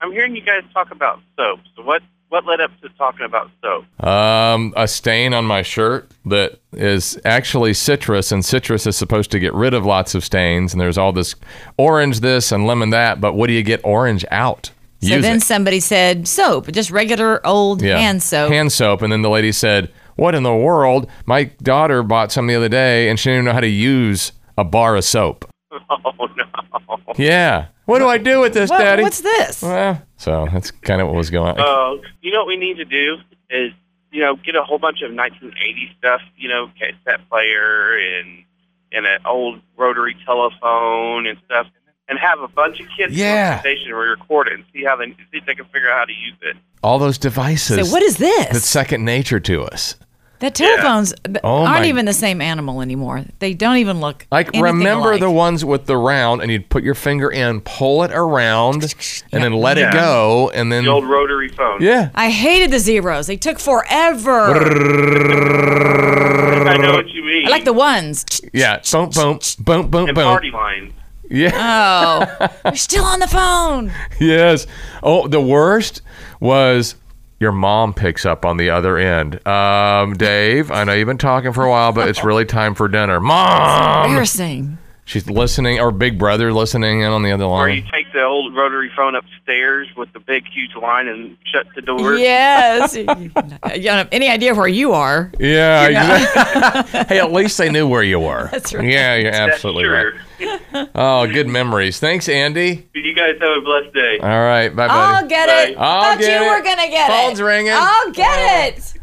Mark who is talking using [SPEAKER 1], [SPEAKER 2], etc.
[SPEAKER 1] I'm hearing you guys talk about soap. So what what led up to talking about soap?
[SPEAKER 2] Um, a stain on my shirt that is actually citrus, and citrus is supposed to get rid of lots of stains. And there's all this orange this and lemon that, but what do you get orange out?
[SPEAKER 3] So
[SPEAKER 2] Use
[SPEAKER 3] then
[SPEAKER 2] it.
[SPEAKER 3] somebody said soap, just regular old hand soap.
[SPEAKER 2] Hand soap. And then the lady said, What in the world? My daughter bought some the other day and she didn't even know how to use a bar of soap.
[SPEAKER 1] Oh no.
[SPEAKER 2] Yeah. What do I do with this,
[SPEAKER 3] What-
[SPEAKER 2] Daddy?
[SPEAKER 3] what's this?
[SPEAKER 2] Eh. so that's kind of what was going on.
[SPEAKER 1] Oh, you know what we need to do is you know get a whole bunch of 1980s stuff. You know, cassette player and and an old rotary telephone and stuff, and have a bunch of kids
[SPEAKER 2] Yeah.
[SPEAKER 1] on the station re record it and see how they see if they can figure out how to use it.
[SPEAKER 2] all those devices.
[SPEAKER 3] So what is
[SPEAKER 2] That's
[SPEAKER 3] this?
[SPEAKER 2] second nature to us.
[SPEAKER 3] the telephones b-
[SPEAKER 2] Oh,
[SPEAKER 3] aren't
[SPEAKER 2] my-
[SPEAKER 3] even the same animal anymore. They don't even look
[SPEAKER 2] Like
[SPEAKER 3] anything
[SPEAKER 2] remember
[SPEAKER 3] alike.
[SPEAKER 2] the ones with the round, and you'd put your finger in, pull it around, and then let it
[SPEAKER 1] Yeah.
[SPEAKER 2] go, and then
[SPEAKER 1] The old rotary phone.
[SPEAKER 2] yeah,
[SPEAKER 3] I hated the zeros. They took forever.
[SPEAKER 1] I know what you mean.
[SPEAKER 3] I like the ones.
[SPEAKER 2] yeah, boom, boom, boom, boom,
[SPEAKER 1] and
[SPEAKER 2] boom.
[SPEAKER 1] party lines.
[SPEAKER 2] Yeah,
[SPEAKER 3] Oh, we're still on the phone.
[SPEAKER 2] yes. Oh, the worst was your mom picks up on the other end. Um, Dave, I know you've been talking for a while, but it's really time for dinner. Mom,
[SPEAKER 3] Embarrassing.
[SPEAKER 2] she's listening, or Big Brother listening in on the other
[SPEAKER 1] Or you
[SPEAKER 2] line.
[SPEAKER 1] take the old rotary phone upstairs with the big huge line and shut the door.
[SPEAKER 3] Yes. you don't have any idea where you are.
[SPEAKER 2] Yeah. exactly. hey, at least they knew where you were.
[SPEAKER 3] That's right.
[SPEAKER 2] Yeah, you're absolutely
[SPEAKER 1] sure.
[SPEAKER 2] right. Oh, good memories. Thanks, Andy.
[SPEAKER 1] You guys have a blessed day.
[SPEAKER 2] All right. Bye, buddy.
[SPEAKER 3] I'll get it.
[SPEAKER 1] Right.
[SPEAKER 2] I'll
[SPEAKER 3] Thought
[SPEAKER 2] get
[SPEAKER 3] you
[SPEAKER 2] it.
[SPEAKER 3] were gonna get it.
[SPEAKER 2] Phone's ringing.
[SPEAKER 3] I'll get it.